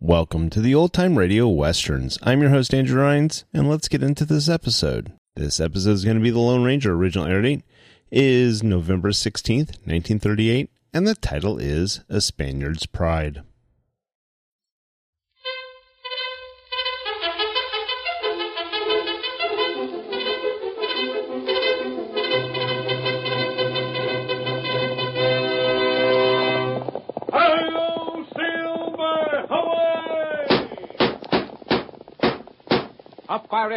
Welcome to the Old Time Radio Westerns. I'm your host, Andrew Rhines, and let's get into this episode. This episode is going to be The Lone Ranger. Original air date is November 16th, 1938, and the title is A Spaniard's Pride. Hail, Silver, away! A fiery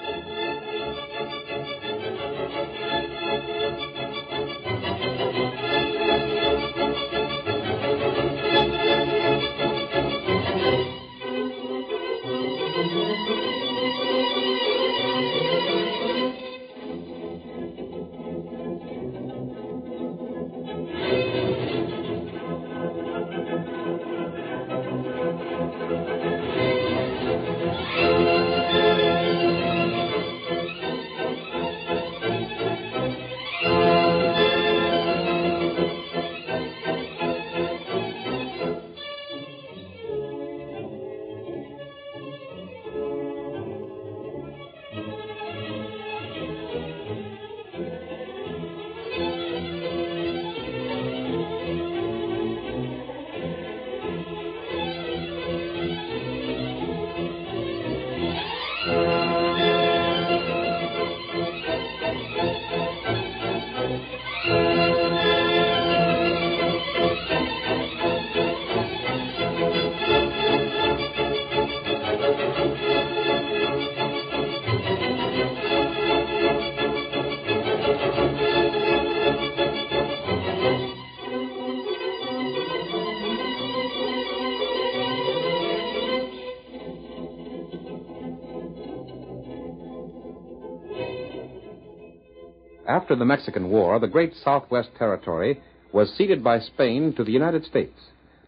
After the Mexican War, the great Southwest Territory was ceded by Spain to the United States.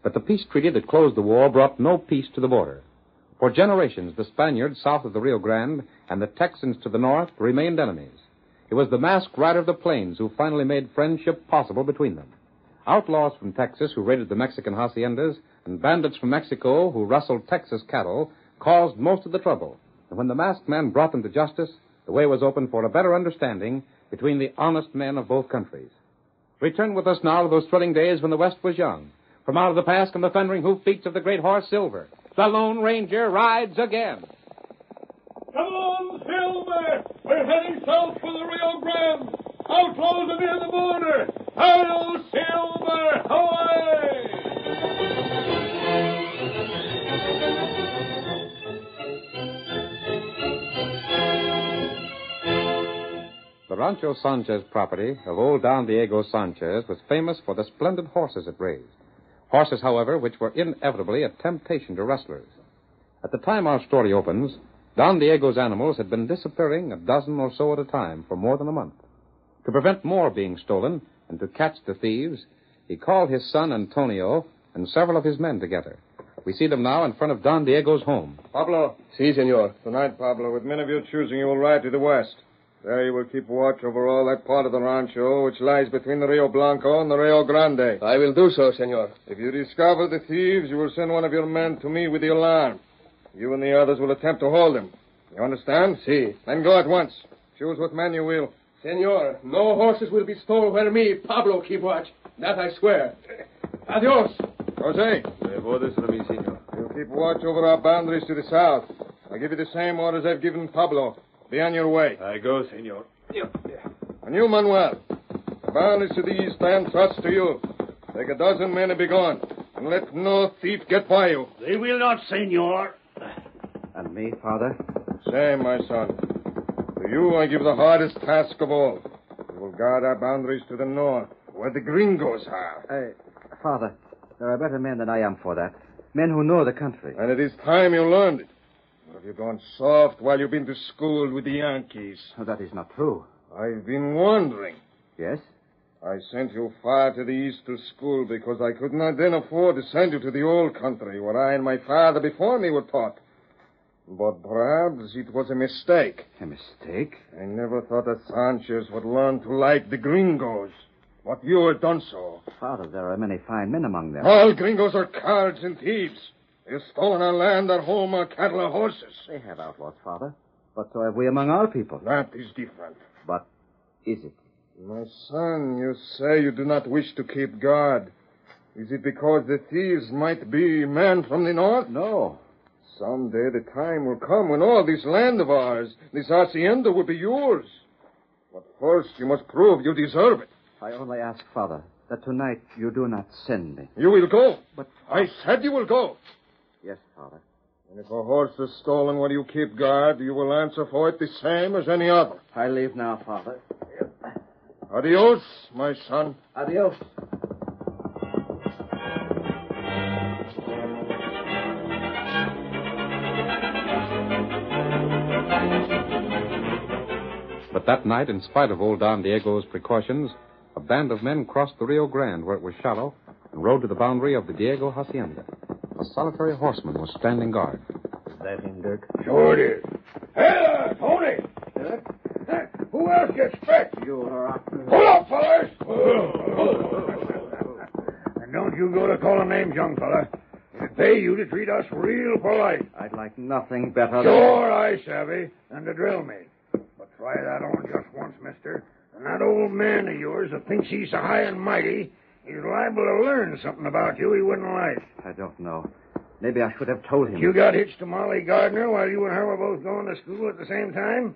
But the peace treaty that closed the war brought no peace to the border. For generations, the Spaniards south of the Rio Grande and the Texans to the north remained enemies. It was the masked rider of the plains who finally made friendship possible between them. Outlaws from Texas who raided the Mexican haciendas and bandits from Mexico who rustled Texas cattle caused most of the trouble. And when the masked man brought them to justice, the way was open for a better understanding between the honest men of both countries. Return with us now to those thrilling days when the West was young. From out of the past come the thundering hoofbeats of the great horse Silver. The Lone Ranger rides again. Come on, Silver! We're heading south for the Rio Grande! Outlaws are near the border! Hail, Silver, away! The Rancho Sanchez property of old Don Diego Sanchez was famous for the splendid horses it raised. Horses, however, which were inevitably a temptation to rustlers. At the time our story opens, Don Diego's animals had been disappearing a dozen or so at a time for more than a month. To prevent more being stolen and to catch the thieves, he called his son Antonio and several of his men together. We see them now in front of Don Diego's home. Pablo. Si, senor. Tonight, Pablo, with men of your choosing, you will ride to the west. There you will keep watch over all that part of the rancho which lies between the Rio Blanco and the Rio Grande. I will do so, senor. If you discover the thieves, you will send one of your men to me with the alarm. You and the others will attempt to hold them. You understand? Si. Then go at once. Choose what men you will. Senor, no horses will be stolen where me, Pablo, keep watch. That I swear. Adios. Jose, you keep watch over our boundaries to the south. I'll give you the same orders I've given Pablo. Be on your way. I go, senor. And you, Manuel, the boundaries to the east I entrust to you. Take a dozen men and be gone, and let no thief get by you. They will not, senor. And me, father? Say, my son, to you I give the hardest task of all. We will guard our boundaries to the north, where the gringos are. Uh, Father, there are better men than I am for that. Men who know the country. And it is time you learned it. Or have you gone soft while you've been to school with the Yankees? Oh, that is not true. I've been wondering. Yes? I sent you far to the east to school because I could not then afford to send you to the old country where I and my father before me were taught. But perhaps it was a mistake. A mistake? I never thought that Sanchez would learn to like the gringos. But you have done so. Father, there are many fine men among them. All gringos are cowards and thieves. They've stolen our land, our home, our cattle, our horses. They have outlaws, Father. But so have we among our people. That is different. But is it? My son, you say you do not wish to keep guard. Is it because the thieves might be men from the north? No. Someday the time will come when all this land of ours, this hacienda, will be yours. But first you must prove you deserve it. I only ask, Father, that tonight you do not send me. You will go. But- I said you will go. Yes, Father. And if a horse is stolen while you keep guard, you will answer for it the same as any other. I leave now, Father. Adios, my son. Adios. But that night, in spite of old Don Diego's precautions, a band of men crossed the Rio Grande, where it was shallow, and rode to the boundary of the Diego Hacienda. A solitary horseman was standing guard. That him, Dirk. Sure it is. Hey, Tony! Who else you expect? You are up. Oh, Pull up, fellas! and don't you go to calling names, young fella. It'd pay you to treat us real polite. I'd like nothing better. Sure, I savvy, and to drill me. But try that on just once, mister, and that old man of yours that thinks he's so high and mighty, he's liable to learn something about you he wouldn't like. I don't know. Maybe I should have told him. You got hitched to Molly Gardner while you and her were both going to school at the same time?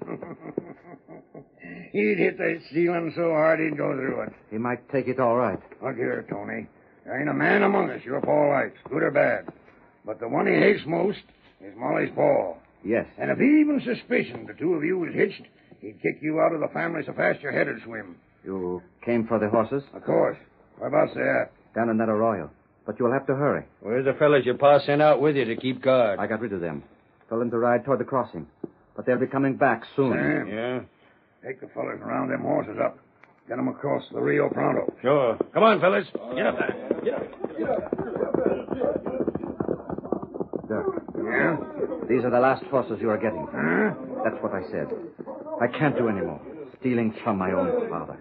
he'd hit that ceiling so hard he'd go through it. He might take it all right. Look here, Tony. There ain't a man among us your paw likes, good or bad. But the one he hates most is Molly's paw. Yes. And if he even suspicioned the two of you was hitched, he'd kick you out of the family so fast your head'd swim. You came for the horses Of course. Whereabouts they at? down in that arroyo. But you'll have to hurry. Where's the fellas your pa sent out with you to keep Uh, guard? I got rid of them. Told them to ride toward the crossing. But they'll be coming back soon. Sam, Yeah, take the fellas and round them horses up. Get 'em across the Rio Pronto. sure. Come on, fellas. Get up there. Dirk, Yeah? these are the last horses you are getting. Huh? That's what I said. I can't do any more. Stealing from my own father.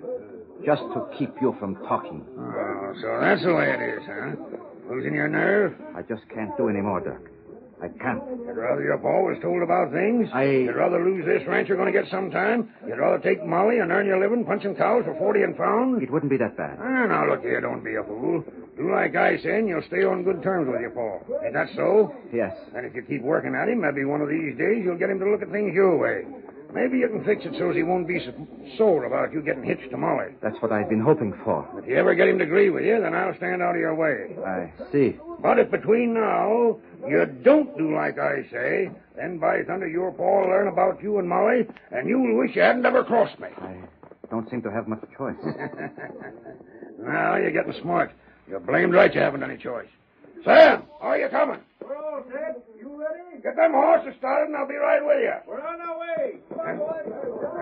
Just to keep you from talking. Oh, so that's the way it is, huh? Losing your nerve? I just can't do any more, Dirk. I can't. You'd rather your pa was told about things? I- You'd rather lose this ranch you're going to get sometime? You'd rather take Molly and earn your living punching cows for 40 and pound? It wouldn't be that bad. Ah, now, look here, don't be a fool. Do like I say, and you'll stay on good terms with your pa. Ain't that so? Yes. And if you keep working at him, maybe one of these days you'll get him to look at things your way. Maybe you can fix it so he won't be so sore about you getting hitched to Molly. That's what I've been hoping for. If you ever get him to agree with you, then I'll stand out of your way. I see. But if between now you don't do like I say, then by thunder your pa'll learn about you and Molly, and you'll wish you hadn't ever crossed me. I don't seem to have much choice. Now you're getting smart. You're blamed right you haven't any choice. Sam, are you coming? We're all Ted. You ready? Get them horses started and I'll be right with you. We're on our way.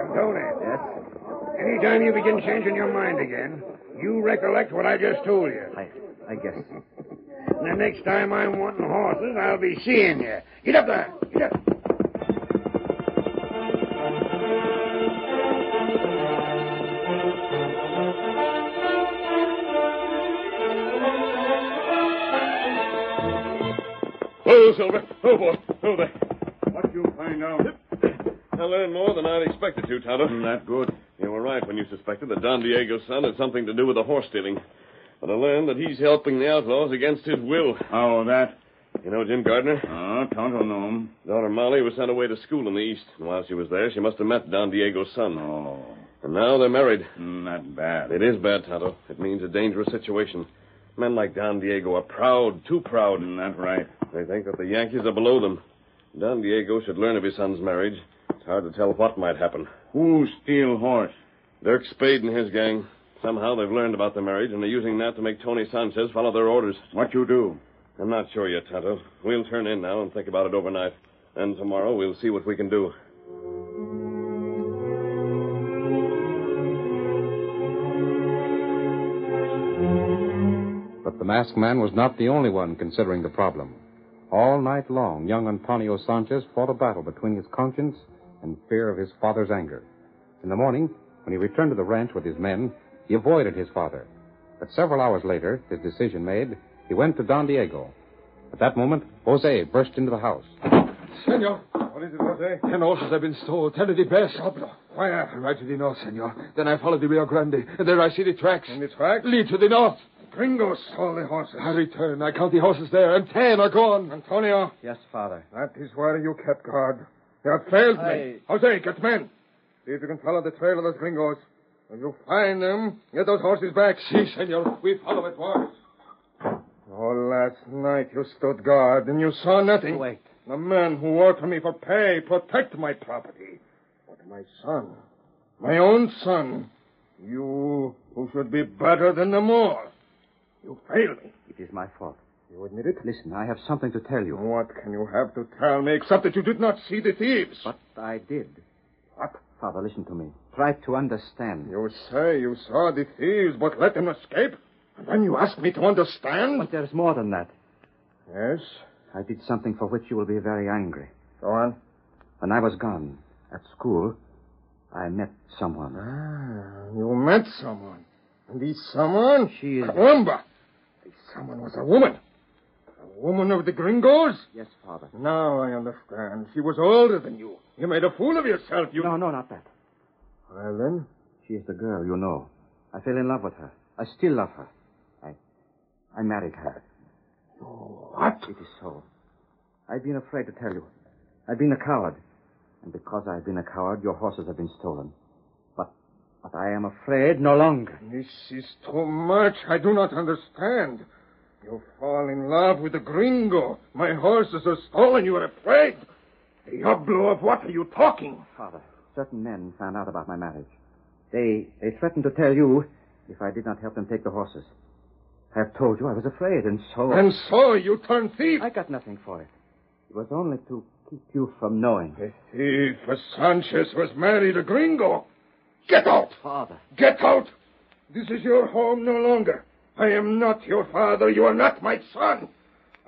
And Tony, Yes? anytime you begin changing your mind again, you recollect what I just told you. I, I guess. And the next time I'm wanting horses, I'll be seeing you. Get up there. Get up. Oh, Silver. Oh, boy. Oh, there. What you find out? I learned more than I'd expected to, Tonto. That good. You were right when you suspected that Don Diego's son had something to do with the horse stealing. But I learned that he's helping the outlaws against his will. How that? You know Jim Gardner? Oh, Tonto know him. Daughter Molly was sent away to school in the East. And while she was there, she must have met Don Diego's son. Oh, And now they're married. not bad. It is bad, Tonto. It means a dangerous situation. Men like Don Diego are proud, too proud. Not right. They think that the Yankees are below them. Don Diego should learn of his son's marriage. It's hard to tell what might happen. Who steal horse? Dirk Spade and his gang. Somehow they've learned about the marriage, and they're using that to make Tony Sanchez follow their orders. What you do? I'm not sure yet, Tonto. We'll turn in now and think about it overnight. And tomorrow we'll see what we can do. But the masked man was not the only one considering the problem. All night long, young Antonio Sanchez fought a battle between his conscience and fear of his father's anger. In the morning, when he returned to the ranch with his men, He avoided his father. But several hours later, his decision made, he went to Don Diego. At that moment, Jose burst into the house. Senor, What is it, Jose? ten horses have been stolen. Ten of the best. Where? Right to the north, senor. Then I follow the Rio Grande, and there I see the tracks. In the tracks? Lead to the north. Gringos stole the horses. I return. I count the horses there, and ten are gone. Antonio, Yes, Father. that is where you kept guard. You have failed me. Jose, get men. See if you can follow the trail of those gringos. When you find them, get those horses back. Si, senor. We follow at once. Oh, last night you stood guard and you saw nothing. Wait. The men who work for me for pay protect my property. But my son, my own son, you who should be better than them all, you fail me. It is my fault. You admit it? Listen, I have something to tell you. What can you have to tell me except that you did not see the thieves? But I did. What? Father, listen to me. Try to understand. You say you saw the thieves but let them escape? And then you ask me to understand? But there's more than that. Yes? I did something for which you will be very angry. Go on. When I was gone at school, I met someone. Ah, you met someone. And this someone? She is- Columba. This someone was a woman. A woman of the gringos? Yes, Father. Now I understand. She was older than you. You made a fool of yourself. You. No, no, not that. Well, then, She is the girl you know. I fell in love with her. I still love her. I, I married her. what? It is so. I've been afraid to tell you. I've been a coward. And because I've been a coward, your horses have been stolen. But, but I am afraid no longer. This is too much. I do not understand. You fall in love with the gringo. My horses are stolen. You are afraid. Diablo, of what are you talking? Father, certain men found out about my marriage. They, they threatened to tell you if I did not help them take the horses. I have told you I was afraid, and so And so you turn thief. I got nothing for it. It was only to keep you from knowing. The thief for Sanchez was married a gringo. Get out! Father. Get out! This is your home no longer. I am not your father. You are not my son.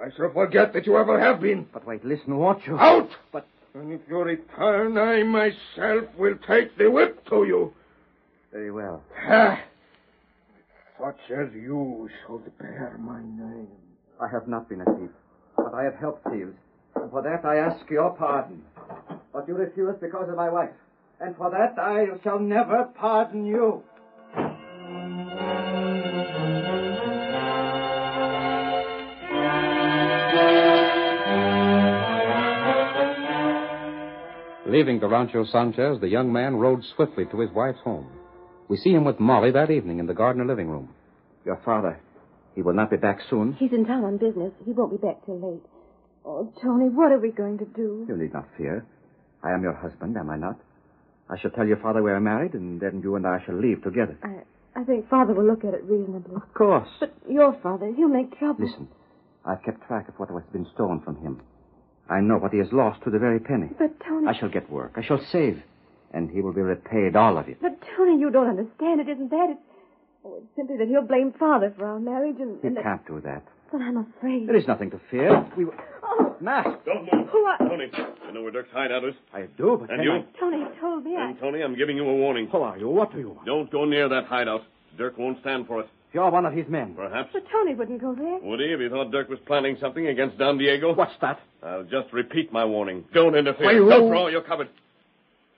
I shall forget that you ever have been. But wait, listen, won't you? Out! But- And if you return, I myself will take the whip to you. Very well. Ah, Such as you should bear my name. I have not been a thief, but I have helped thieves. And for that I ask your pardon. But you refuse because of my wife. And for that I shall never pardon you. Leaving the Rancho Sanchez, the young man rode swiftly to his wife's home. We see him with Molly that evening in the Gardner living room. Your father, he will not be back soon. He's in town on business. He won't be back till late. Oh, Tony, what are we going to do? You need not fear. I am your husband, am I not? I shall tell your father we are married, and then you and I shall leave together. I, I think Father will look at it reasonably. Of course. But your father, he'll make trouble. Oh, Listen, I've kept track of what has been stolen from him. I know what he has lost to the very penny. But Tony, I shall get work. I shall save. And he will be repaid, all of it. but Tony, you don't understand. It isn't that. It's, oh, it's simply that he'll blame Father for our marriage, and, You and that- can't do that. But I'm afraid. There is nothing to fear. We were... Oh, Matt! Don't move. who are... Tony, I know where Dirk's hideout is. I do, but And then you? I- Tony told me. I... And Tony, I'm giving you a warning. Who are you? What do you want? Don't go near that hideout. Dirk won't stand for it. You're one of his men. Perhaps. But Tony wouldn't go there. Would he if he thought Dirk was planning something against Don Diego? What's that? I'll just repeat my warning. Don't interfere. Why, Don't Lou- draw. You're covered.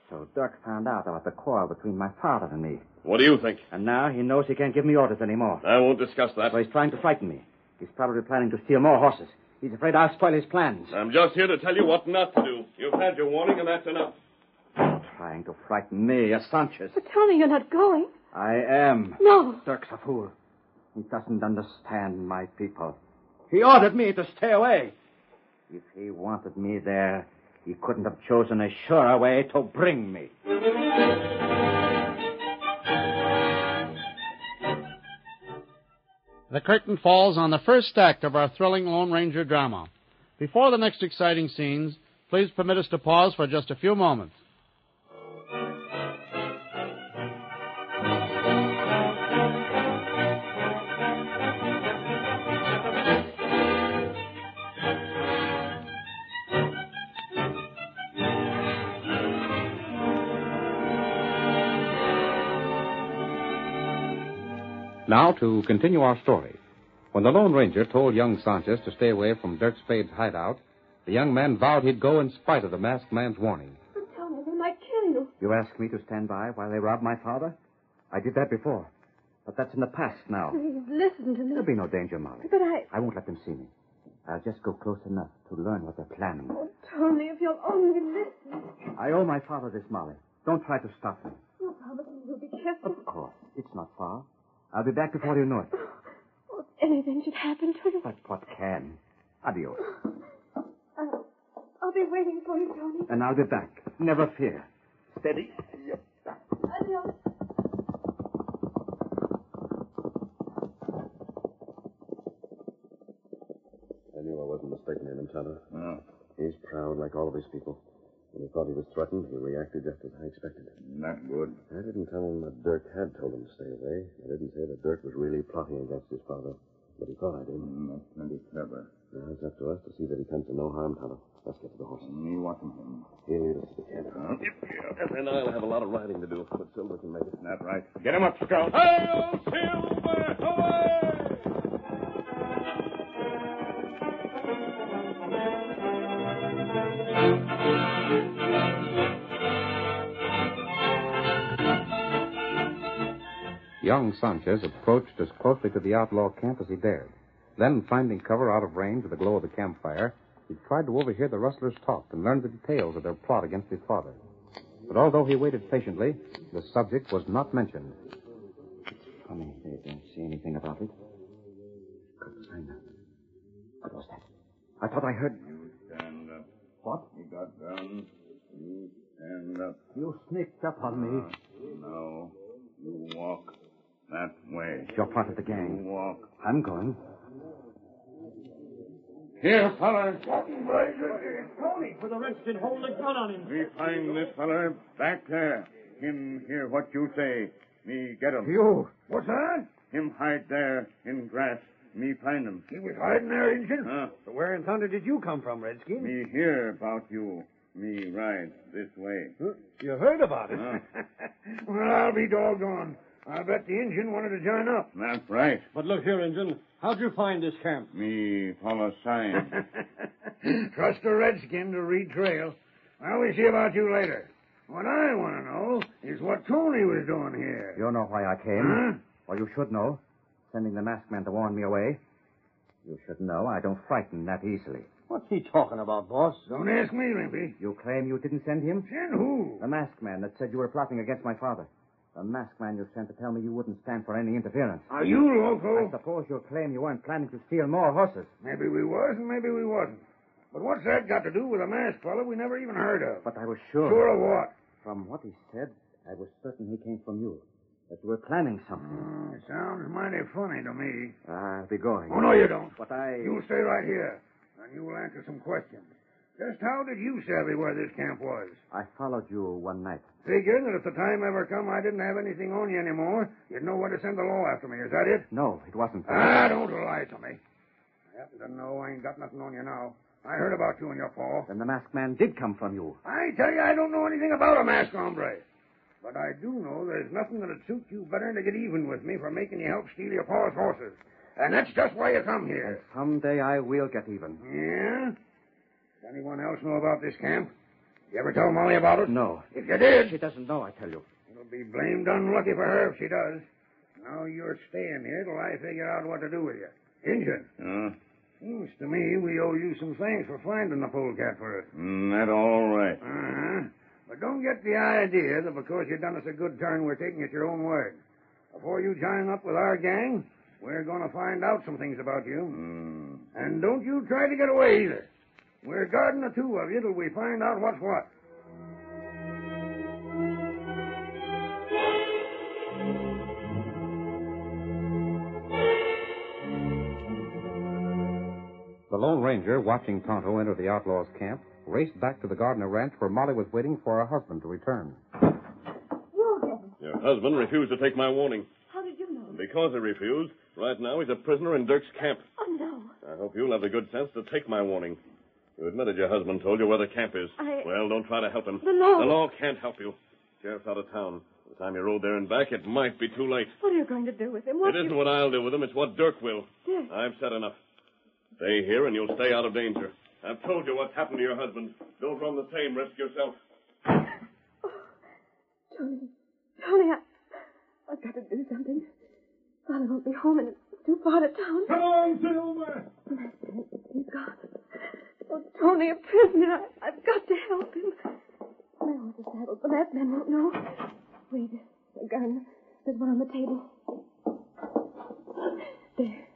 So Dirk found out about the quarrel between my father and me. What do you think? And now he knows he can't give me orders anymore. I won't discuss that. So he's trying to frighten me. He's probably planning to steal more horses. He's afraid I'll spoil his plans. I'm just here to tell you what not to do. You've had your warning, and that's enough. Trying to frighten me, a Sanchez. But Tony, you're not going. I am. No. Dirk's a fool. He doesn't understand my people. He ordered me to stay away. If he wanted me there, he couldn't have chosen a surer way to bring me. The curtain falls on the first act of our thrilling Lone Ranger drama. Before the next exciting scenes, please permit us to pause for just a few moments. Now, to continue our story. When the Lone Ranger told young Sanchez to stay away from Dirk Spade's hideout, the young man vowed he'd go in spite of the masked man's warning. But Tony, they might kill you. You ask me to stand by while they rob my father? I did that before. But that's in the past now. Please listen to me. There'll be no danger, Molly. But I. I won't let them see me. I'll just go close enough to learn what they're planning. Oh, Tony, if you'll only listen. I owe my father this, Molly. Don't try to stop me. You promise me you'll be careful. Of course. It's not far. I'll be back before you know it. If anything should happen to you, But what can? Adios. I'll, Oh, I'll be waiting for you, Tony. And I'll be back. Never fear. Steady. Yep. Adios. I knew I wasn't mistaken in him, Tonto. He's proud like all of his people. When he thought he was threatened, he reacted just as I expected. Not good. I didn't tell him that Dirk had told him to stay away. I didn't say that Dirk was really plotting against his father. But he thought I did. Mm, that's plenty clever. Now it's up to us to see that he comes to no harm, Tonto. Let's get to the horses. Me Mm, watching him. He'll lead us to the camp. Huh? And then I'll have a lot of riding to do, but Silver can make it. Not right. Get him up, Scout. Hail Silver! Away! Young Sanchez approached as closely to the outlaw camp as he dared. Then, finding cover out of range of the glow of the campfire, he tried to overhear the rustlers talk and learn the details of their plot against his father. But although he waited patiently, the subject was not mentioned. Funny, they didn't see anything about it. Good sign. What was that? I thought I heard. You stand up. What? You got guns. You uh, stand up. You sneaked up on me. No. You walk that way. You're part of the You gang. walk. I'm going. Here, fella. Tony, for the redskin, hold the gun on him. We find this fella back there. Him hear what you say. Me get him. You. What's that? Him hide there in grass. Me find him. He was hiding there, Injun. Huh? So where in thunder did you come from, Redskin? Me hear about you. Me ride this way. Huh? You heard about it. Huh? well, I'll be doggone. I bet the Injun wanted to join up. That's right. But look here, Injun. How'd you find this camp? Me follow sign. Trust a redskin to read trail. Well, we'll see about you later. What I want to know is what Tony was doing here. You know why I came. Huh? Or you should know. Sending the masked man to warn me away. You should know I don't frighten that easily. What's he talking about, boss? Don't ask me, Limpy. You claim you didn't send him? Send who? The masked man that said you were plotting against my father. The masked man you sent to tell me you wouldn't stand for any interference. Uh, Are you I loco? suppose you'll claim you weren't planning to steal more horses. Maybe we was and maybe we wasn't. But what's that got to do with a masked fellow we never even heard of? But I was sure. Sure of what? From what he said, I was certain he came from you. That you were planning something. Hmm, it sounds mighty funny to me. I'll be going. Oh, no, you don't. But I. You stay right here, and you will answer some questions. Just how did you savvy where this camp was? I followed you one night. Figuring that if the time ever come I didn't have anything on you anymore, you'd know where to send the law after me. Is that it? No, it wasn't. Ah, don't lie to me. I happen to know I ain't got nothing on you now. I heard about you and your paw. Then the masked man did come from you. I tell you, I don't know anything about a masked hombre. But I do know there's nothing that'd suit you better than to get even with me for making you help steal your pa's horses. And that's just why you come And here. someday I will get even. Yeah? Does anyone else know about this camp? You ever tell Molly about it? No. If you did, She doesn't know, I tell you. it'll be blamed unlucky for her if she does. Now you're staying here till I figure out what to do with you. Injun, Huh? seems to me we owe you some thanks for finding the polecat for us. Mm, that all right. Uh-huh. But don't get the idea that because you've done us a good turn, we're taking it your own word. Before you join up with our gang, we're going to find out some things about you. Mm, And don't you try to get away either. We're guarding the two of you till we find out what's what. The Lone Ranger, watching Tonto enter the outlaw's camp, raced back to the Gardner Ranch where Molly was waiting for her husband to return. You'll get him. Your husband refused to take my warning. How did you know? And because he refused, right now he's a prisoner in Dirk's camp. Oh, no. I hope you'll have the good sense to take my warning. You admitted your husband told you where the camp is. I- Well, don't try to help him. The law- The law can't help you. Sheriff's out of town. The the time you rode there and back, it might be too late. What are you going to do with him? What It isn't what I'll do with them, it's what Dirk will. Dirk? I've said enough. Stay here and you'll stay out of danger. I've told you what's happened to your husband. Don't run the same risk yourself. Tony, Tony, I, I've got to do something. Father won't be home and it's too far to town. Come on, Silver! He's gone. Oh, Tony, a prisoner. I, I've got to help him. My horse is saddled, but that man won't know. Wait, a gun. There's one on the table. There.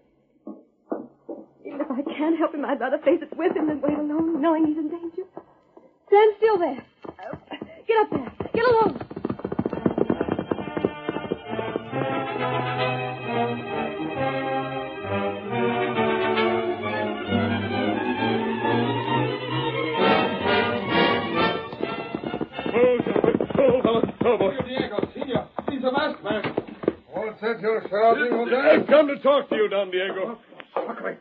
Even if I can't help him, I'd rather face it with him than wait alone, knowing he's in danger. Stand still there. Uh, Get up there. Get along. Diego, senor, he's a masked man. What's that you're shouting, I've Jose? come to talk to you, Don Diego.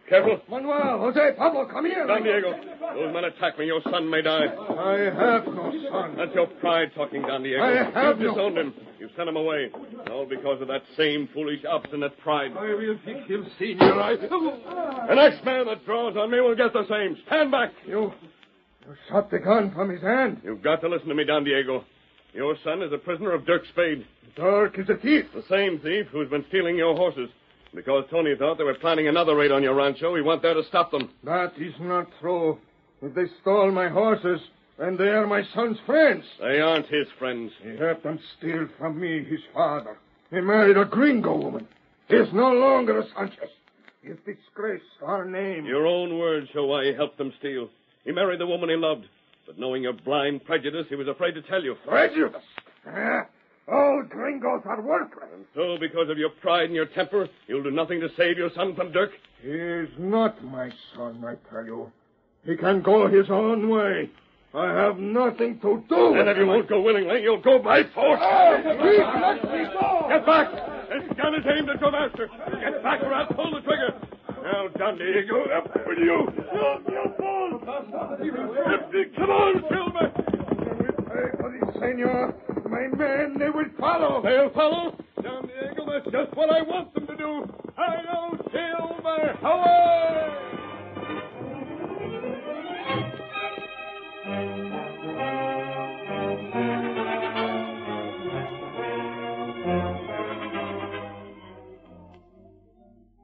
Careful. Manuel, Jose, Pablo, come here. Don Diego, those men attack me. Your son may die. I have no son. That's your pride talking, Don Diego. I have you no- disowned him. You sent him away. All because of that same foolish, obstinate pride. I will fix him, senor. I... The next man that draws on me will get the same. Stand back. You, you shot the gun from his hand. You've got to listen to me, Don Diego. Your son is a prisoner of Dirk Spade, Dirk is a thief. the same thief who's been stealing your horses. Because Tony thought they were planning another raid on your rancho, we went there to stop them. That is not true. If they stole my horses, and they are my son's friends. They aren't his friends. He had them steal from me his father. He married a gringo woman. He's no longer a Sanchez. He's disgraced our name. Your own words show why he helped them steal. He married the woman he loved, but knowing your blind prejudice, he was afraid to tell you. Prejudice! Ah, all gringos are worthless. So, because of your pride and your temper, you'll do nothing to save your son from Dirk? He is not my son, I tell you. He can go his own way. I have nothing to do with And if you him. won't go willingly, you'll go by force. Please let me go! Get back! This gun is aimed at your master. Get back or I'll pull the trigger. Now, Don Diego, up with you. Up your balls. Come on, Silver. Hey, for this, senor. My men, they will follow. They'll follow. Don Diego, that's just what I want them to do. Hello, Silver. Hello.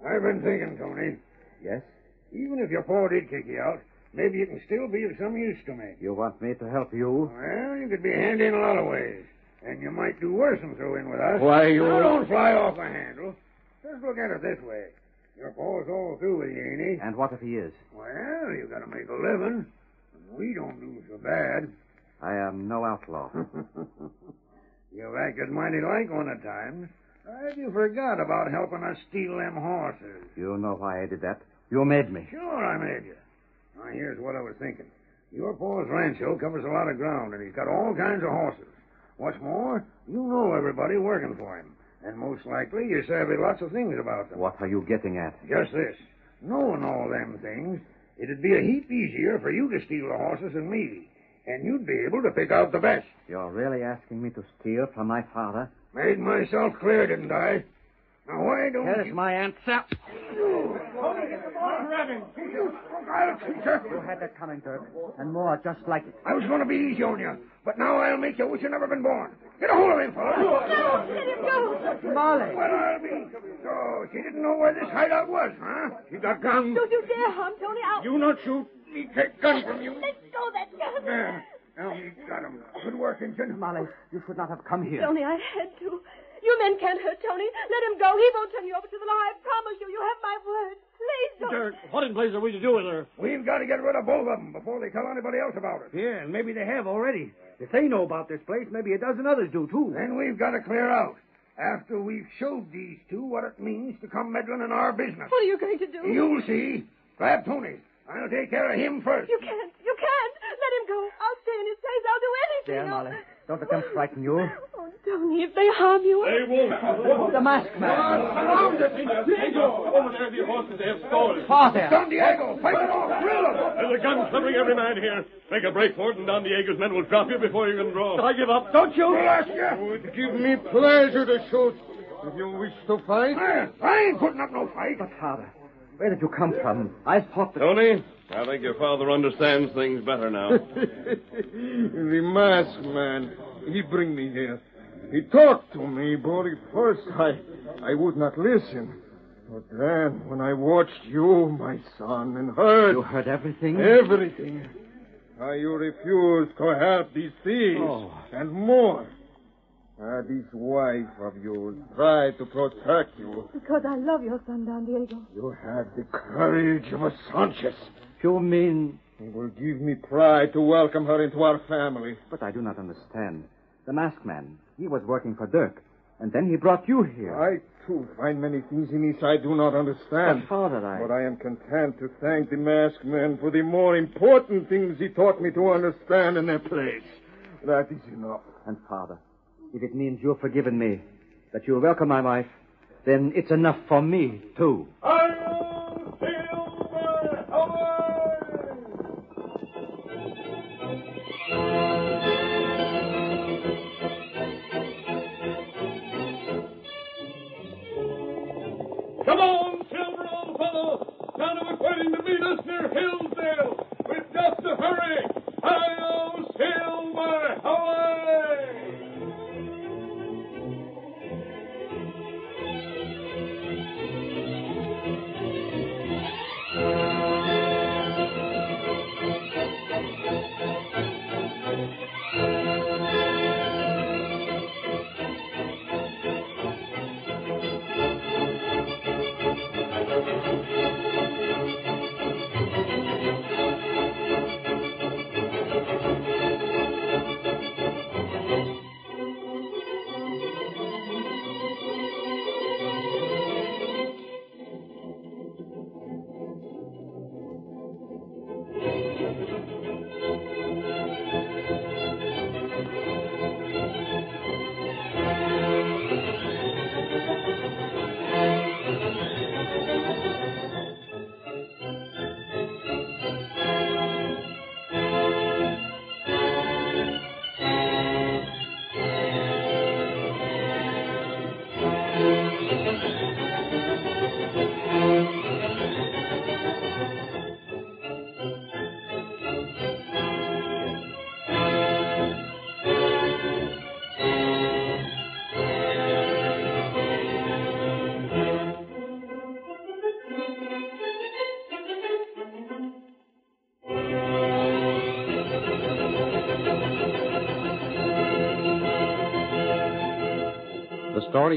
I've been thinking, Tony. Yes? Even if your paw did kick you out, maybe you can still be of some use to me. You want me to help you? Well, you could be handy in a lot of ways. And you might do worse than throw in with us. Why, you- Now, don't fly off the handle. Just look at it this way. Your paw's all through with you, ain't he? And what if he is? Well, you gotta make a living. And we don't do so bad. I am no outlaw. You've acted mighty like one at times. How'd you forgot about helping us steal them horses? you know why I did that. You made me. Sure, I made you. Now, here's what I was thinking. Your pa's rancho covers a lot of ground, and he's got all kinds of horses. What's more, you know everybody working for him. And most likely, you savvy lots of things about them. What are you getting at? Just this. Knowing all them things, it'd be a heap easier for you to steal the horses than me. And you'd be able to pick out the best. You're really asking me to steal from my father? Made myself clear, didn't I? Now, why don't Here's you... my answer. I'll teach You her. had that coming, Dirk. And more just like it. I was going to be easy on you, but now I'll make you wish you never been born. Get a hold of him, fellas. Molly! Well, I'll be. So, she didn't know where this hideout was, huh? She got guns. Don't you dare harm Tony. I'll... You not shoot. Me take gun from you. Let go of that gun. There. Now, me got him. Good work, Injun. Molly, you should not have come here. Tony, I had to. You men can't hurt Tony. Let him go. He won't turn you over to the law. I promise you. You have my word. Please don't. what in blazes are we to do with her? We've got to get rid of both of them before they tell anybody else about it. Yeah, and maybe they have already. If they know about this place, maybe a dozen others do, too. Then we've got to clear out. After we've showed these two what it means to come meddling in our business. What are you going to do? You'll see. Grab Tony. I'll take care of him first. You can't. You can't. Let him go. I'll stay in his place. I'll do anything. There, I'll- Molly. Don't let them frighten you. Oh, Tony, if they harm you. They won't. The masked man. Diego, over there, the horses they have stolen. Father! Don Diego, fight it off. Drill him. There's a gun covering every man here. Make a break for it, and Don Diego's men will drop you before you can draw. I give up. Don't you? Alaska! would give me pleasure to shoot. If you wish to fight. I ain't putting up no fight. But, Father, where did you come from? I thought that... Tony, I think your father understands things better now. The masked man, he bring me here. He talked to me, but at first I, I would not listen. But then, when I watched you, my son, and heard... You heard everything? Everything. How you refused to help these thieves, and more. Ah, this wife of yours tried to protect you. Because I love your son, Don Diego. You had the courage of a Sanchez. You mean... It will give me pride to welcome her into our family. But I do not understand. The masked man, he was working for Dirk, and then he brought you here. I, too, find many things in this I do not understand. But, Father, I... But I am content to thank the masked man for the more important things he taught me to understand in their place. That is enough. And, Father, if it means you've forgiven me, that you welcome my wife, then it's enough for me, too. Come on, Silver, old fellow. Donovan waiting to meet us near Hillsdale. We've got to hurry. Hi-yo, Silver, away! The story